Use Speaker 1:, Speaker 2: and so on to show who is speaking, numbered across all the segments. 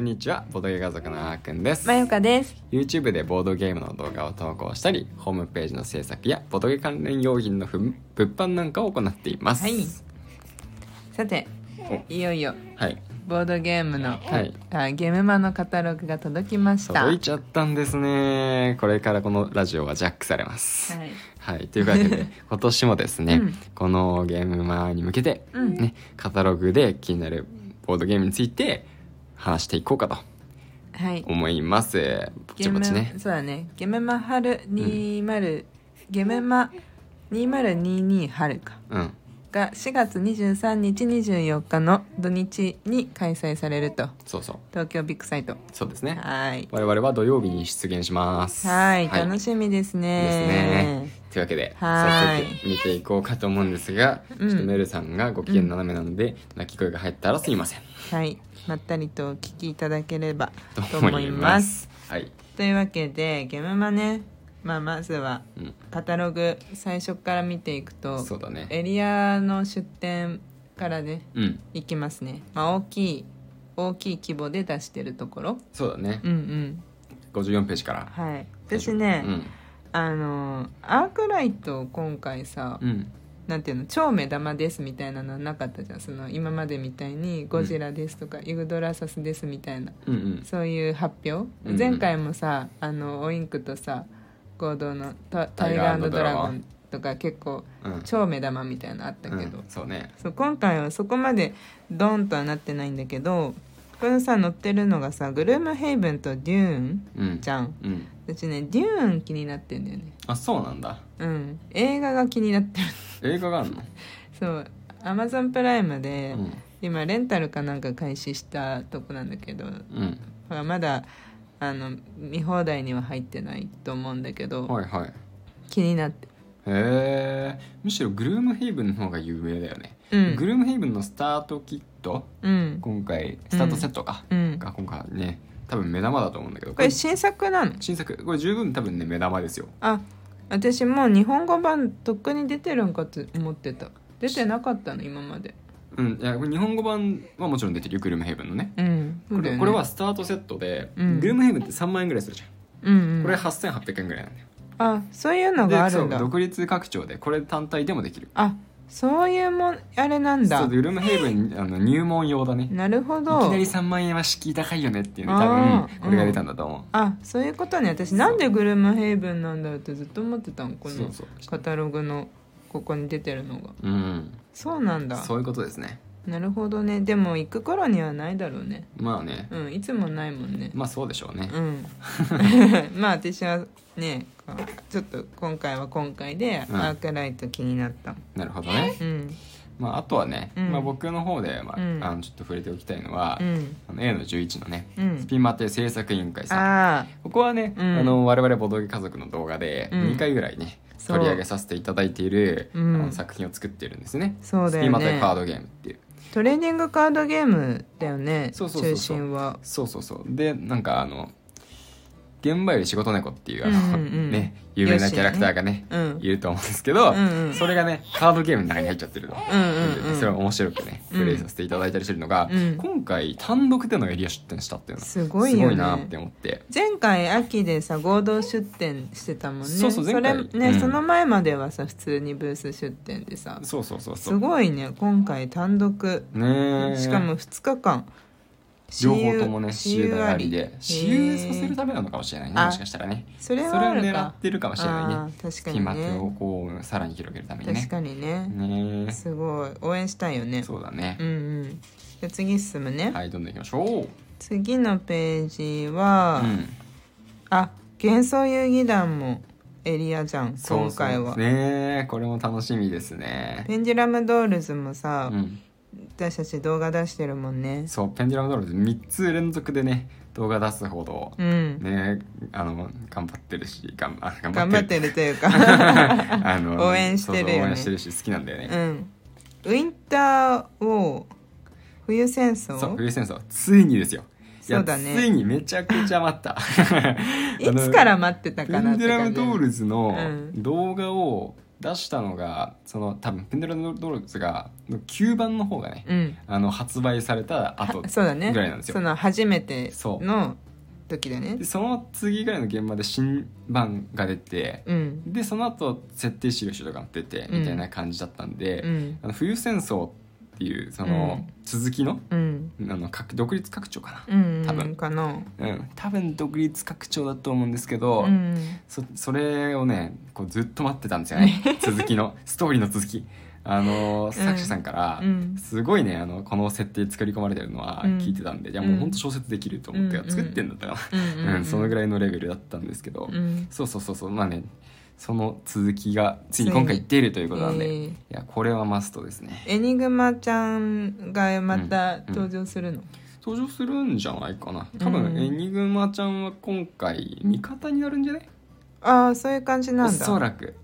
Speaker 1: にちはボードゲー家族のあーくんです
Speaker 2: まよかです
Speaker 1: YouTube でボードゲームの動画を投稿したりホームページの制作やボードゲー関連用品のふん物販なんかを行っています
Speaker 2: はいさていよいよ
Speaker 1: はい
Speaker 2: ボードゲームの、
Speaker 1: はい
Speaker 2: あゲームマンのカタログが届きました
Speaker 1: 届いちゃったんですねこれからこのラジオはジャックされます
Speaker 2: はい
Speaker 1: はい、というわけ で今年もですね、
Speaker 2: うん
Speaker 1: このゲームマーに向けて、
Speaker 2: うん
Speaker 1: ね、カタログで気になるボードゲームについて話していこうかと
Speaker 2: はい
Speaker 1: 思いますぼちぼちね
Speaker 2: そうだねゲームマ春20、ゲームマ2022春か
Speaker 1: うん
Speaker 2: が4月23日24日の土日に開催されると
Speaker 1: そうそう
Speaker 2: 東京ビッグサイト
Speaker 1: そうですね
Speaker 2: はい
Speaker 1: 我々は土曜日に出現します
Speaker 2: はい楽しみで
Speaker 1: で
Speaker 2: す
Speaker 1: す
Speaker 2: ね
Speaker 1: ねというわけで
Speaker 2: は
Speaker 1: 早
Speaker 2: い
Speaker 1: 速見ていこうかと思うんですが、
Speaker 2: うん
Speaker 1: ちょっとメルさんがご機嫌斜めなので、泣き声が入ったらすいません
Speaker 2: はいまったりとお聞きいただければ
Speaker 1: と
Speaker 2: と
Speaker 1: 思
Speaker 2: 思
Speaker 1: い
Speaker 2: い
Speaker 1: ま
Speaker 2: ます
Speaker 1: すはい、
Speaker 2: というわけでゲームマね、まあ、まずは
Speaker 1: うん、
Speaker 2: カタログ最初から見ていくと
Speaker 1: そうだね
Speaker 2: エリアの出店からね
Speaker 1: うん
Speaker 2: いきますね、まあ、大きい大きい規模で出してるところ
Speaker 1: そうだね
Speaker 2: うんうん
Speaker 1: 54ページから
Speaker 2: はい私ね、
Speaker 1: うん
Speaker 2: あのアークライトを今回さ、
Speaker 1: うん
Speaker 2: なんていうの超目玉ですみたいなのはなかったじゃんその今までみたいにゴジラですとか、イグドラサスですみたいな
Speaker 1: うんうん
Speaker 2: そういう発表、
Speaker 1: うんうん
Speaker 2: 前回もさあのオインクとさ合同のタ「タイガードラゴン」とか結構
Speaker 1: うん
Speaker 2: 超目玉みたいなのあったけ
Speaker 1: う
Speaker 2: ど、
Speaker 1: んそうね
Speaker 2: そう今回はそこまでドンとはなってないんだけどこのさ載ってるのがさ「グルームヘイブン」と「デューン
Speaker 1: うん」
Speaker 2: じゃん
Speaker 1: うん
Speaker 2: 私ね「デューン」気になってんだよね
Speaker 1: あそうなんだ
Speaker 2: うん映画が気になってる
Speaker 1: 映画があるの
Speaker 2: そうアマゾンプライム
Speaker 1: う
Speaker 2: で、
Speaker 1: ん
Speaker 2: 今レンタルかなんか開始したとこなんだけど
Speaker 1: うん
Speaker 2: ほらまだあの見放題には入ってないと思うんだけど、
Speaker 1: はいはいへ
Speaker 2: 気になって
Speaker 1: えむしろグルームヘイブンの方が有名だよね、
Speaker 2: うん
Speaker 1: グルームヘイブンのスタートキット
Speaker 2: うん、
Speaker 1: 今回スタートセットか、
Speaker 2: うん、
Speaker 1: が今回ね多分目玉だと思うんだけど
Speaker 2: これ新作なの
Speaker 1: 新作これ十分多分ね目玉ですよ
Speaker 2: あ私もう日本語版とっくに出てるんかと思ってた出てなかったの今まで
Speaker 1: うんいやこれ日本語版はもちろん出てるよグルームヘイブンのね
Speaker 2: うん
Speaker 1: これ
Speaker 2: そうだよね
Speaker 1: これはスタートセットで、
Speaker 2: うん
Speaker 1: グルームヘイブンって3万円ぐらいするじゃ
Speaker 2: うん、うんん、
Speaker 1: これ8800円ぐらいなんだよ、
Speaker 2: あそういうのがあ
Speaker 1: で
Speaker 2: る
Speaker 1: そ
Speaker 2: ん
Speaker 1: う
Speaker 2: だ
Speaker 1: 独立拡張でこれ単体でもできる
Speaker 2: あそういうもんあれなん
Speaker 1: そ
Speaker 2: だ
Speaker 1: うグルームヘイブンあの入門用だね
Speaker 2: なるほ
Speaker 1: いき
Speaker 2: ど
Speaker 1: なり3万円は敷居高いよねっていうね多
Speaker 2: あー
Speaker 1: 分これが出たんだと思
Speaker 2: あそういうことね私なんでグルムヘイブンなんだろうってずっと思ってたの
Speaker 1: う
Speaker 2: こ
Speaker 1: そう
Speaker 2: の
Speaker 1: そう
Speaker 2: カタログのここに出てるのが
Speaker 1: うん
Speaker 2: そうなんだ
Speaker 1: そういうことですね
Speaker 2: なるほどねでも行く頃にはないだろうね
Speaker 1: まあね
Speaker 2: うんいつもないもんね
Speaker 1: まあそうでしょうね
Speaker 2: うん まあ私はねこうちょっと今回は今回で
Speaker 1: うん
Speaker 2: アークライト気になった
Speaker 1: なるほどね
Speaker 2: うん
Speaker 1: まああとはね、
Speaker 2: うん
Speaker 1: まあ、僕の方で、まあ
Speaker 2: うん
Speaker 1: あのちょっと触れておきたいのは、
Speaker 2: うん
Speaker 1: あの A の11のね、
Speaker 2: うん
Speaker 1: スピンマテ制作委員会さん
Speaker 2: ああ
Speaker 1: ここはね、
Speaker 2: うん
Speaker 1: あの我々ボドゲ家族の動画で
Speaker 2: うん
Speaker 1: 2回ぐらいね、
Speaker 2: そう
Speaker 1: 取り上げさせていただいている、
Speaker 2: うん
Speaker 1: あの作品を作ってるんですね
Speaker 2: そうだ
Speaker 1: ス
Speaker 2: よね
Speaker 1: ピンマテカードゲームっていう
Speaker 2: トレーニングカードゲームだよね
Speaker 1: そうそうそうそう
Speaker 2: 中心は
Speaker 1: そうそうそうでなんかあの現場より仕事猫っていうあ
Speaker 2: う
Speaker 1: の、
Speaker 2: んうんうん
Speaker 1: ね有名なキャラクターがね
Speaker 2: うん
Speaker 1: いると思うんですけど、
Speaker 2: うんうん
Speaker 1: それがねカードゲームの中に入っちゃってるの、
Speaker 2: うんうんうん
Speaker 1: それは面白くねプレイさせていただいたりしてるのが、
Speaker 2: うん
Speaker 1: 今回単独でのエリア出店したっていうのは
Speaker 2: すごいよね
Speaker 1: なって思って
Speaker 2: 前回秋でさ合同出店してたもんね
Speaker 1: そうそう前回
Speaker 2: れね、
Speaker 1: うん
Speaker 2: その前まではさ普通にブース出店でさ
Speaker 1: そうそうそうそ
Speaker 2: す
Speaker 1: う
Speaker 2: ごいね今回単独
Speaker 1: ねえ
Speaker 2: しかも2日間
Speaker 1: 両方ともね
Speaker 2: 私
Speaker 1: 私
Speaker 2: 有
Speaker 1: 有があり
Speaker 2: へ
Speaker 1: で
Speaker 2: ー
Speaker 1: 私有させるためなのかもしれないね
Speaker 2: あ
Speaker 1: もしかしたらね
Speaker 2: それ
Speaker 1: そ
Speaker 2: はあ
Speaker 1: れ
Speaker 2: る
Speaker 1: を狙
Speaker 2: か
Speaker 1: ってるかもしれない
Speaker 2: あ
Speaker 1: ね
Speaker 2: ー確か
Speaker 1: 飛
Speaker 2: に
Speaker 1: 沫を
Speaker 2: ね
Speaker 1: こうさらに広げるためにね
Speaker 2: 確かにね
Speaker 1: ね
Speaker 2: すごい応援したいよ
Speaker 1: え
Speaker 2: ね
Speaker 1: そうだね
Speaker 2: うんうんじゃあ次進むね、
Speaker 1: はいどんどんいきましょう
Speaker 2: 次のページは、
Speaker 1: うん
Speaker 2: あ幻想遊戯団もエリアじゃん
Speaker 1: そうそう
Speaker 2: 今回は、
Speaker 1: ねえこれも楽しみですね
Speaker 2: ペンデュラムドールズもさ、
Speaker 1: うん
Speaker 2: 私たち動画出してるもんね
Speaker 1: そうペンデュラムドールズ3つ連続でね動画出すほど
Speaker 2: うん、
Speaker 1: ねえあの頑張ってるし頑張頑
Speaker 2: 頑
Speaker 1: 張
Speaker 2: 張
Speaker 1: っ
Speaker 2: ってて
Speaker 1: る
Speaker 2: るというか
Speaker 1: あの
Speaker 2: 応援してるよね
Speaker 1: そうそう応援してるし好きなんだよね
Speaker 2: うんウィンターを冬戦争
Speaker 1: そう冬戦争ついにですよいや
Speaker 2: そうだね
Speaker 1: ついにめちゃくちゃ待った
Speaker 2: いつから
Speaker 1: 待
Speaker 2: 待ってた
Speaker 1: ペ
Speaker 2: かなっ
Speaker 1: ン
Speaker 2: て
Speaker 1: デュラ
Speaker 2: 感
Speaker 1: ム
Speaker 2: じ
Speaker 1: ドールズの
Speaker 2: うん
Speaker 1: 動画を出したのがその多分ペンデルドロップスが9番の方がね、
Speaker 2: うん
Speaker 1: あの発売された後
Speaker 2: はそうだね
Speaker 1: ぐらいなんですよ
Speaker 2: その初めて
Speaker 1: そう
Speaker 2: の時だね
Speaker 1: でその次ぐらいの現場で新版が出て、
Speaker 2: うん
Speaker 1: でその後設定資料集とかも出て
Speaker 2: うん
Speaker 1: みたいな感じだったんで、
Speaker 2: うん
Speaker 1: あの冬戦争っていうその
Speaker 2: うん
Speaker 1: 続きの,、
Speaker 2: うん
Speaker 1: あの各独立拡張か
Speaker 2: うんうん
Speaker 1: 多分
Speaker 2: かな
Speaker 1: な、うん、多分独立拡張だと思うんですけど、
Speaker 2: うん
Speaker 1: そそれをねこうずっと待ってたんですよね 続きのストーリーの続きあの作者さんから、
Speaker 2: うん
Speaker 1: すごいねあのこの設定作り込まれてるのは
Speaker 2: うん
Speaker 1: 聞いてたんで、じゃあ
Speaker 2: う
Speaker 1: もうんほんと小説できると思って、
Speaker 2: うん
Speaker 1: 作ってんだったか
Speaker 2: うん
Speaker 1: な、うんそのぐ
Speaker 2: ら
Speaker 1: ら
Speaker 2: い
Speaker 1: いのレベルだったんですけど、
Speaker 2: うん
Speaker 1: そうそうそうそうまあねその続きがついに今回出るということなんで、
Speaker 2: え
Speaker 1: い
Speaker 2: ー
Speaker 1: やこれはマストですね
Speaker 2: エニグマちゃんがまた登場するの
Speaker 1: 登場するんじゃないかな多分、
Speaker 2: うん
Speaker 1: エニグマちゃんは今回味方になるんじゃない
Speaker 2: ああそういう感じな
Speaker 1: お
Speaker 2: んだ
Speaker 1: そらく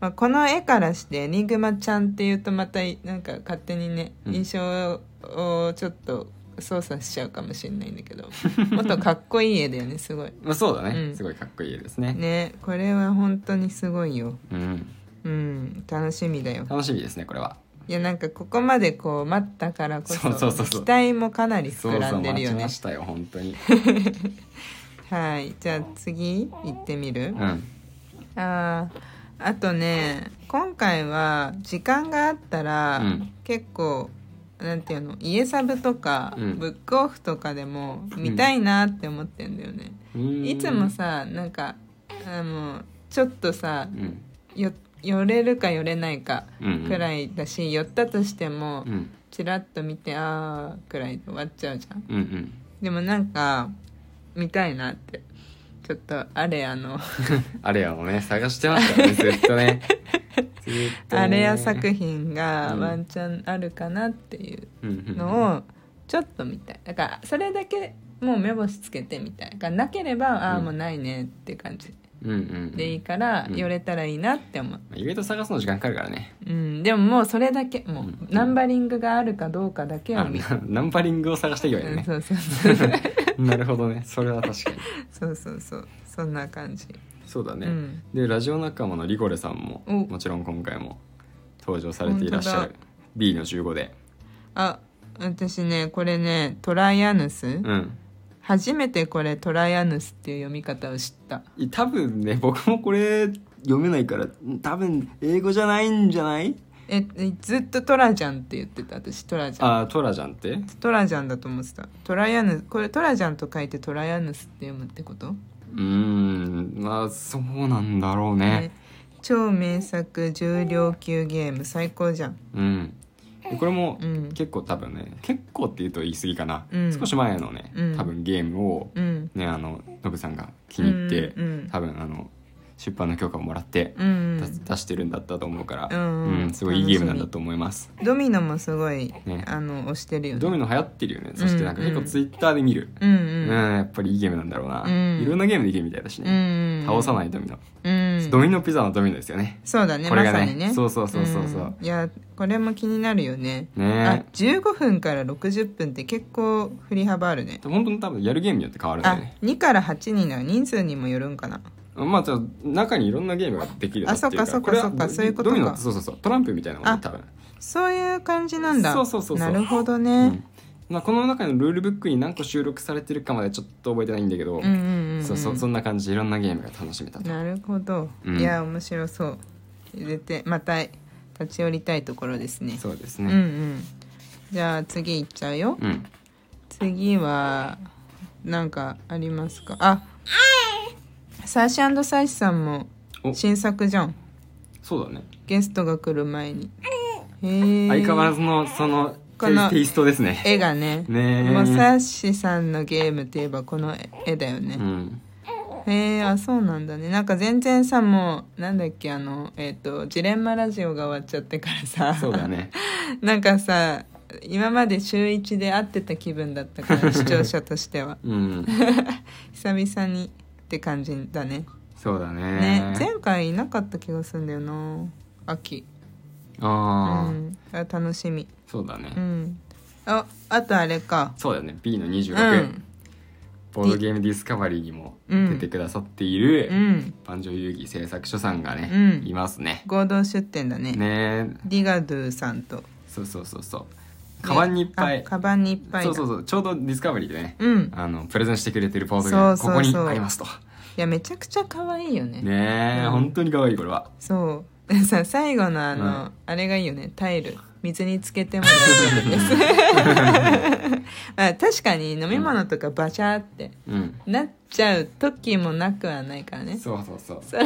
Speaker 2: まあ、この絵からして「エニグマちゃん」っていうとまたいなんか勝手にね
Speaker 1: うん
Speaker 2: 印象をちょっと操作しちゃうかもしれないんだけど もっとかっこいい絵だよねすごい
Speaker 1: まあそうだね、
Speaker 2: うん
Speaker 1: すごいかっこいいですね
Speaker 2: ねこれは本当にすごいよ
Speaker 1: うん
Speaker 2: うん楽しみだよ
Speaker 1: 楽しみですねこれはい
Speaker 2: やなんかここまでこう待ったからこそ
Speaker 1: そうそうそうそう
Speaker 2: 期待もかなり
Speaker 1: そう
Speaker 2: 膨ら
Speaker 1: そうん
Speaker 2: でる
Speaker 1: 待
Speaker 2: よ
Speaker 1: ち
Speaker 2: ね
Speaker 1: ましたよ本 当に
Speaker 2: はいじゃあ次行ってみる
Speaker 1: うん
Speaker 2: あーあとね今回は時間があったら、
Speaker 1: うん
Speaker 2: 結構なんていうの家サブとか、
Speaker 1: うん
Speaker 2: ブックオフとかでも見たいなって思ってんだよね、
Speaker 1: うーん
Speaker 2: いつもさなんかあのちょっとさ
Speaker 1: うん
Speaker 2: よ寄れるか寄れないか
Speaker 1: うん
Speaker 2: くらいだし、寄ったとしても
Speaker 1: うん
Speaker 2: チラッと見てあーくらいで終わっちゃうじゃん
Speaker 1: うんうん
Speaker 2: でもなんか見たいなってちょっとあれあの
Speaker 1: あれやもね探してましたよねずっとねずっとね
Speaker 2: あれや作品が
Speaker 1: うん
Speaker 2: ワンチャンあるかなっていう
Speaker 1: のを
Speaker 2: のをちょっと見たいだからそれだけもう目星つけてみたいだからなければああ
Speaker 1: うん
Speaker 2: もうないねって感じ
Speaker 1: うんうん
Speaker 2: でいいから
Speaker 1: うん
Speaker 2: 寄れたらいいなって思う、
Speaker 1: まあ意外と探すの時間かかるからね
Speaker 2: うん、でももうそれだけもう
Speaker 1: うん
Speaker 2: ナンバリングがあるかどうかだけを
Speaker 1: あ
Speaker 2: 見る、
Speaker 1: なナンバリングを探していけばいいよ
Speaker 2: うん
Speaker 1: ね
Speaker 2: そうそうそう
Speaker 1: なるほどねそれは確かに
Speaker 2: そうそうそうそんな感じ、
Speaker 1: そうだね、
Speaker 2: うん
Speaker 1: でラジオ仲間のリコレさんも
Speaker 2: お
Speaker 1: もちろん今回も登場されていらっしゃ
Speaker 2: 本
Speaker 1: る B の15で
Speaker 2: あ私ねこれねトライアヌス、
Speaker 1: うん
Speaker 2: 初めてこれトライアヌスっていう読み方を知った
Speaker 1: い多分ね僕もこれ読めないからん多分英語じゃないんじゃない
Speaker 2: えずっとトラジャンって言ってた私トラジャン
Speaker 1: あトラじゃんって
Speaker 2: トラジャンだと思ってたトライアヌこれトラジャンと書いてトライアヌスって読むってこと、
Speaker 1: うーんまあそうなんだろうね
Speaker 2: ね超名作重量級ゲーム最高じゃん
Speaker 1: うんでこれも
Speaker 2: うん
Speaker 1: 結構多分ね結構って言うと言い過ぎかな、
Speaker 2: うん
Speaker 1: 少し前のね
Speaker 2: うん
Speaker 1: 多分ゲームを
Speaker 2: うん
Speaker 1: ねあのノブさんが気に入って、
Speaker 2: うんうん
Speaker 1: 多分あの出版の許可をもらって
Speaker 2: うんう
Speaker 1: 出,、
Speaker 2: ん
Speaker 1: 出してるんだったと思うから、
Speaker 2: うんうん
Speaker 1: すごいいいゲームなんだと思います
Speaker 2: ドミノもすごい、
Speaker 1: ね
Speaker 2: あの推してるよね
Speaker 1: ドミノ流行ってるよねそしてなんか結
Speaker 2: う
Speaker 1: 構
Speaker 2: んうん
Speaker 1: ツイッターで見る、
Speaker 2: うん
Speaker 1: うん、
Speaker 2: うん
Speaker 1: やっぱりいいゲームなんだろうな、
Speaker 2: うん
Speaker 1: いろんなゲームできるみたいだし
Speaker 2: うん
Speaker 1: ね、
Speaker 2: うん
Speaker 1: 倒さないドミノ、
Speaker 2: うん
Speaker 1: ドミノピザのドミノですよね
Speaker 2: そうだね
Speaker 1: これが
Speaker 2: ま
Speaker 1: ね
Speaker 2: さにね
Speaker 1: そうそうそうそうそうん
Speaker 2: いやこれも気になるよねあ
Speaker 1: ね
Speaker 2: 15分から60分って結構振り幅あるね
Speaker 1: え本当に多分やるゲームによって変わるんだ
Speaker 2: あ
Speaker 1: よね
Speaker 2: 2から8人なら人数にもよるんかな
Speaker 1: まあじゃあ中にいろんなゲームができるようになってる
Speaker 2: あそっかそっか
Speaker 1: これは
Speaker 2: そっかそういうこと
Speaker 1: ド
Speaker 2: か
Speaker 1: ミノってそうそうそうトランプみたいなもん
Speaker 2: あ
Speaker 1: ね多分、
Speaker 2: そういう感じなんだ
Speaker 1: そうそうそうそう
Speaker 2: なるほどね、
Speaker 1: うんまあ、この中のルールブックに何個収録されてるかまでちょっと覚えてないんだけど、
Speaker 2: うんうんうん
Speaker 1: そうそそんな感じでいろんなゲームが楽しめたと
Speaker 2: なるほど、
Speaker 1: うん
Speaker 2: いや面白そう出てまた立ち寄りたいところですね
Speaker 1: そうです
Speaker 2: うんう
Speaker 1: ね
Speaker 2: んじゃあ次行っちゃうよ、
Speaker 1: うん、
Speaker 2: 次はなんかありますかあサーシャサイシさんも
Speaker 1: お
Speaker 2: 新作じゃん
Speaker 1: そうだね
Speaker 2: ゲストが来る前にへえ
Speaker 1: 相変わらずのその
Speaker 2: この
Speaker 1: テイストですね
Speaker 2: 絵がね
Speaker 1: ねえ
Speaker 2: もうサッシさんのゲームといえばこの絵だよね、
Speaker 1: うん
Speaker 2: へえあそうなんだねなんか全然さもうなんだっけあのえっ、とジレンマラジオが終わっちゃってからさ
Speaker 1: そうだね
Speaker 2: なんかさ今まで週一で会ってた気分だったから 視聴者としては
Speaker 1: うん
Speaker 2: 久々にって感じだね
Speaker 1: そうだね
Speaker 2: ね前回いなかった気がするんだよな秋う
Speaker 1: ああ、
Speaker 2: んあ楽しみ
Speaker 1: そうだね、
Speaker 2: うんああとあれか
Speaker 1: そうだね B の26、
Speaker 2: うん
Speaker 1: ボードゲームディスカバリーにも出てくださっている、
Speaker 2: うん
Speaker 1: 万丈遊戯製作所さんがね、
Speaker 2: うん
Speaker 1: いますね。
Speaker 2: 合同出店だね
Speaker 1: ねえ
Speaker 2: ディガドゥさんと
Speaker 1: そうそうそうそうカバンにいっぱい、
Speaker 2: あカバンにいっぱい
Speaker 1: そう
Speaker 2: だ
Speaker 1: そうそうちょうどディスカバリーでね、
Speaker 2: うん
Speaker 1: あのプレゼンしてくれてるポーズが
Speaker 2: そ
Speaker 1: こ
Speaker 2: う
Speaker 1: こ
Speaker 2: そうそう
Speaker 1: にありますと
Speaker 2: いやめちゃくちゃ可愛いよね
Speaker 1: ねえ、
Speaker 2: うん
Speaker 1: 本当に可愛いこれは
Speaker 2: そう でさ最後のあの、
Speaker 1: は
Speaker 2: あれがいいよねタイル水につけても大丈夫です まあ確かに飲み物とかバシャーって
Speaker 1: うん
Speaker 2: なっちゃう時もなくはないからね
Speaker 1: そうそうそう
Speaker 2: それ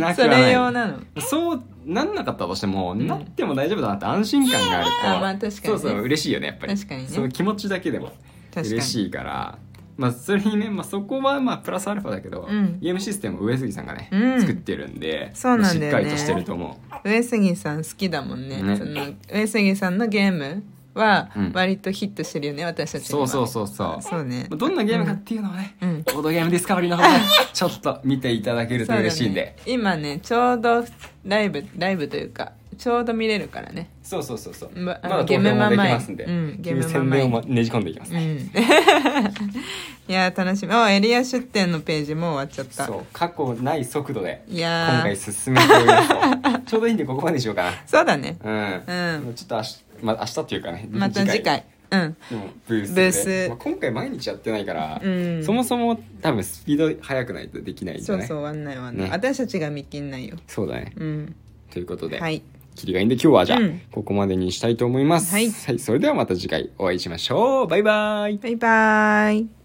Speaker 1: なく
Speaker 2: そ
Speaker 1: は
Speaker 2: れ用
Speaker 1: ない
Speaker 2: なの
Speaker 1: そうなんなかったとしても、
Speaker 2: ん
Speaker 1: なっても大丈夫だなって安心感があると
Speaker 2: あまあ確かにね
Speaker 1: そうそう嬉しいよねやっぱり
Speaker 2: 確かにね
Speaker 1: その気持ちだけでも
Speaker 2: 確かに
Speaker 1: 嬉しいからまあそれにね、まあ、そこはまあプラスアルファだけど、
Speaker 2: うん
Speaker 1: ゲームシステムを上杉さんがね、
Speaker 2: うん
Speaker 1: 作ってるんで
Speaker 2: そうなんだ
Speaker 1: しっ
Speaker 2: よね
Speaker 1: かりとしてると思
Speaker 2: 上杉さん好きだもんね
Speaker 1: ね
Speaker 2: その上杉さんのゲームは
Speaker 1: うん
Speaker 2: 割とヒットしてるよね、私た
Speaker 1: う
Speaker 2: ちに
Speaker 1: そ
Speaker 2: は
Speaker 1: うそうそうそう
Speaker 2: そうね
Speaker 1: まあどんなゲームかっていうのはね、
Speaker 2: うんうん
Speaker 1: ボードゲームディスカバリーの方 でちょっと見ていただけると嬉しいんで
Speaker 2: そうだね今ねちょうどライブライブというかちょうど見れるからね
Speaker 1: そうそうそうそう
Speaker 2: ま
Speaker 1: ま
Speaker 2: あの
Speaker 1: だ投票もできますんで、
Speaker 2: ゲームママイうんゲームママイ
Speaker 1: 宣伝をまねじ込んでいきます、
Speaker 2: うん いやー楽しみあエリア出店のページもう終わっちゃった
Speaker 1: そう過去ない速度で
Speaker 2: い
Speaker 1: 今
Speaker 2: や
Speaker 1: 回
Speaker 2: ー
Speaker 1: 進めており ますちょうどいいんでここまでにしようか
Speaker 2: そうだね
Speaker 1: なうん、
Speaker 2: うん
Speaker 1: ちょっと明日,、まあ、明日っていうかね
Speaker 2: また次回うん
Speaker 1: のブースで
Speaker 2: ブース
Speaker 1: まあ、今回毎日やってないから、
Speaker 2: うん
Speaker 1: そもそも多分スピード速くないとできないんじ
Speaker 2: そ
Speaker 1: ゃ
Speaker 2: う
Speaker 1: ない
Speaker 2: そう
Speaker 1: そ
Speaker 2: 終
Speaker 1: う
Speaker 2: わんない終わんない、
Speaker 1: ね
Speaker 2: 私たちが見切んないよ
Speaker 1: だね
Speaker 2: うん
Speaker 1: ということで、
Speaker 2: はい
Speaker 1: キリがいいんで今日はじゃあ、
Speaker 2: うん
Speaker 1: ここまでにしたいと思います、
Speaker 2: はい
Speaker 1: それではまた次回お会いしましょうバイバイ
Speaker 2: バイバーイ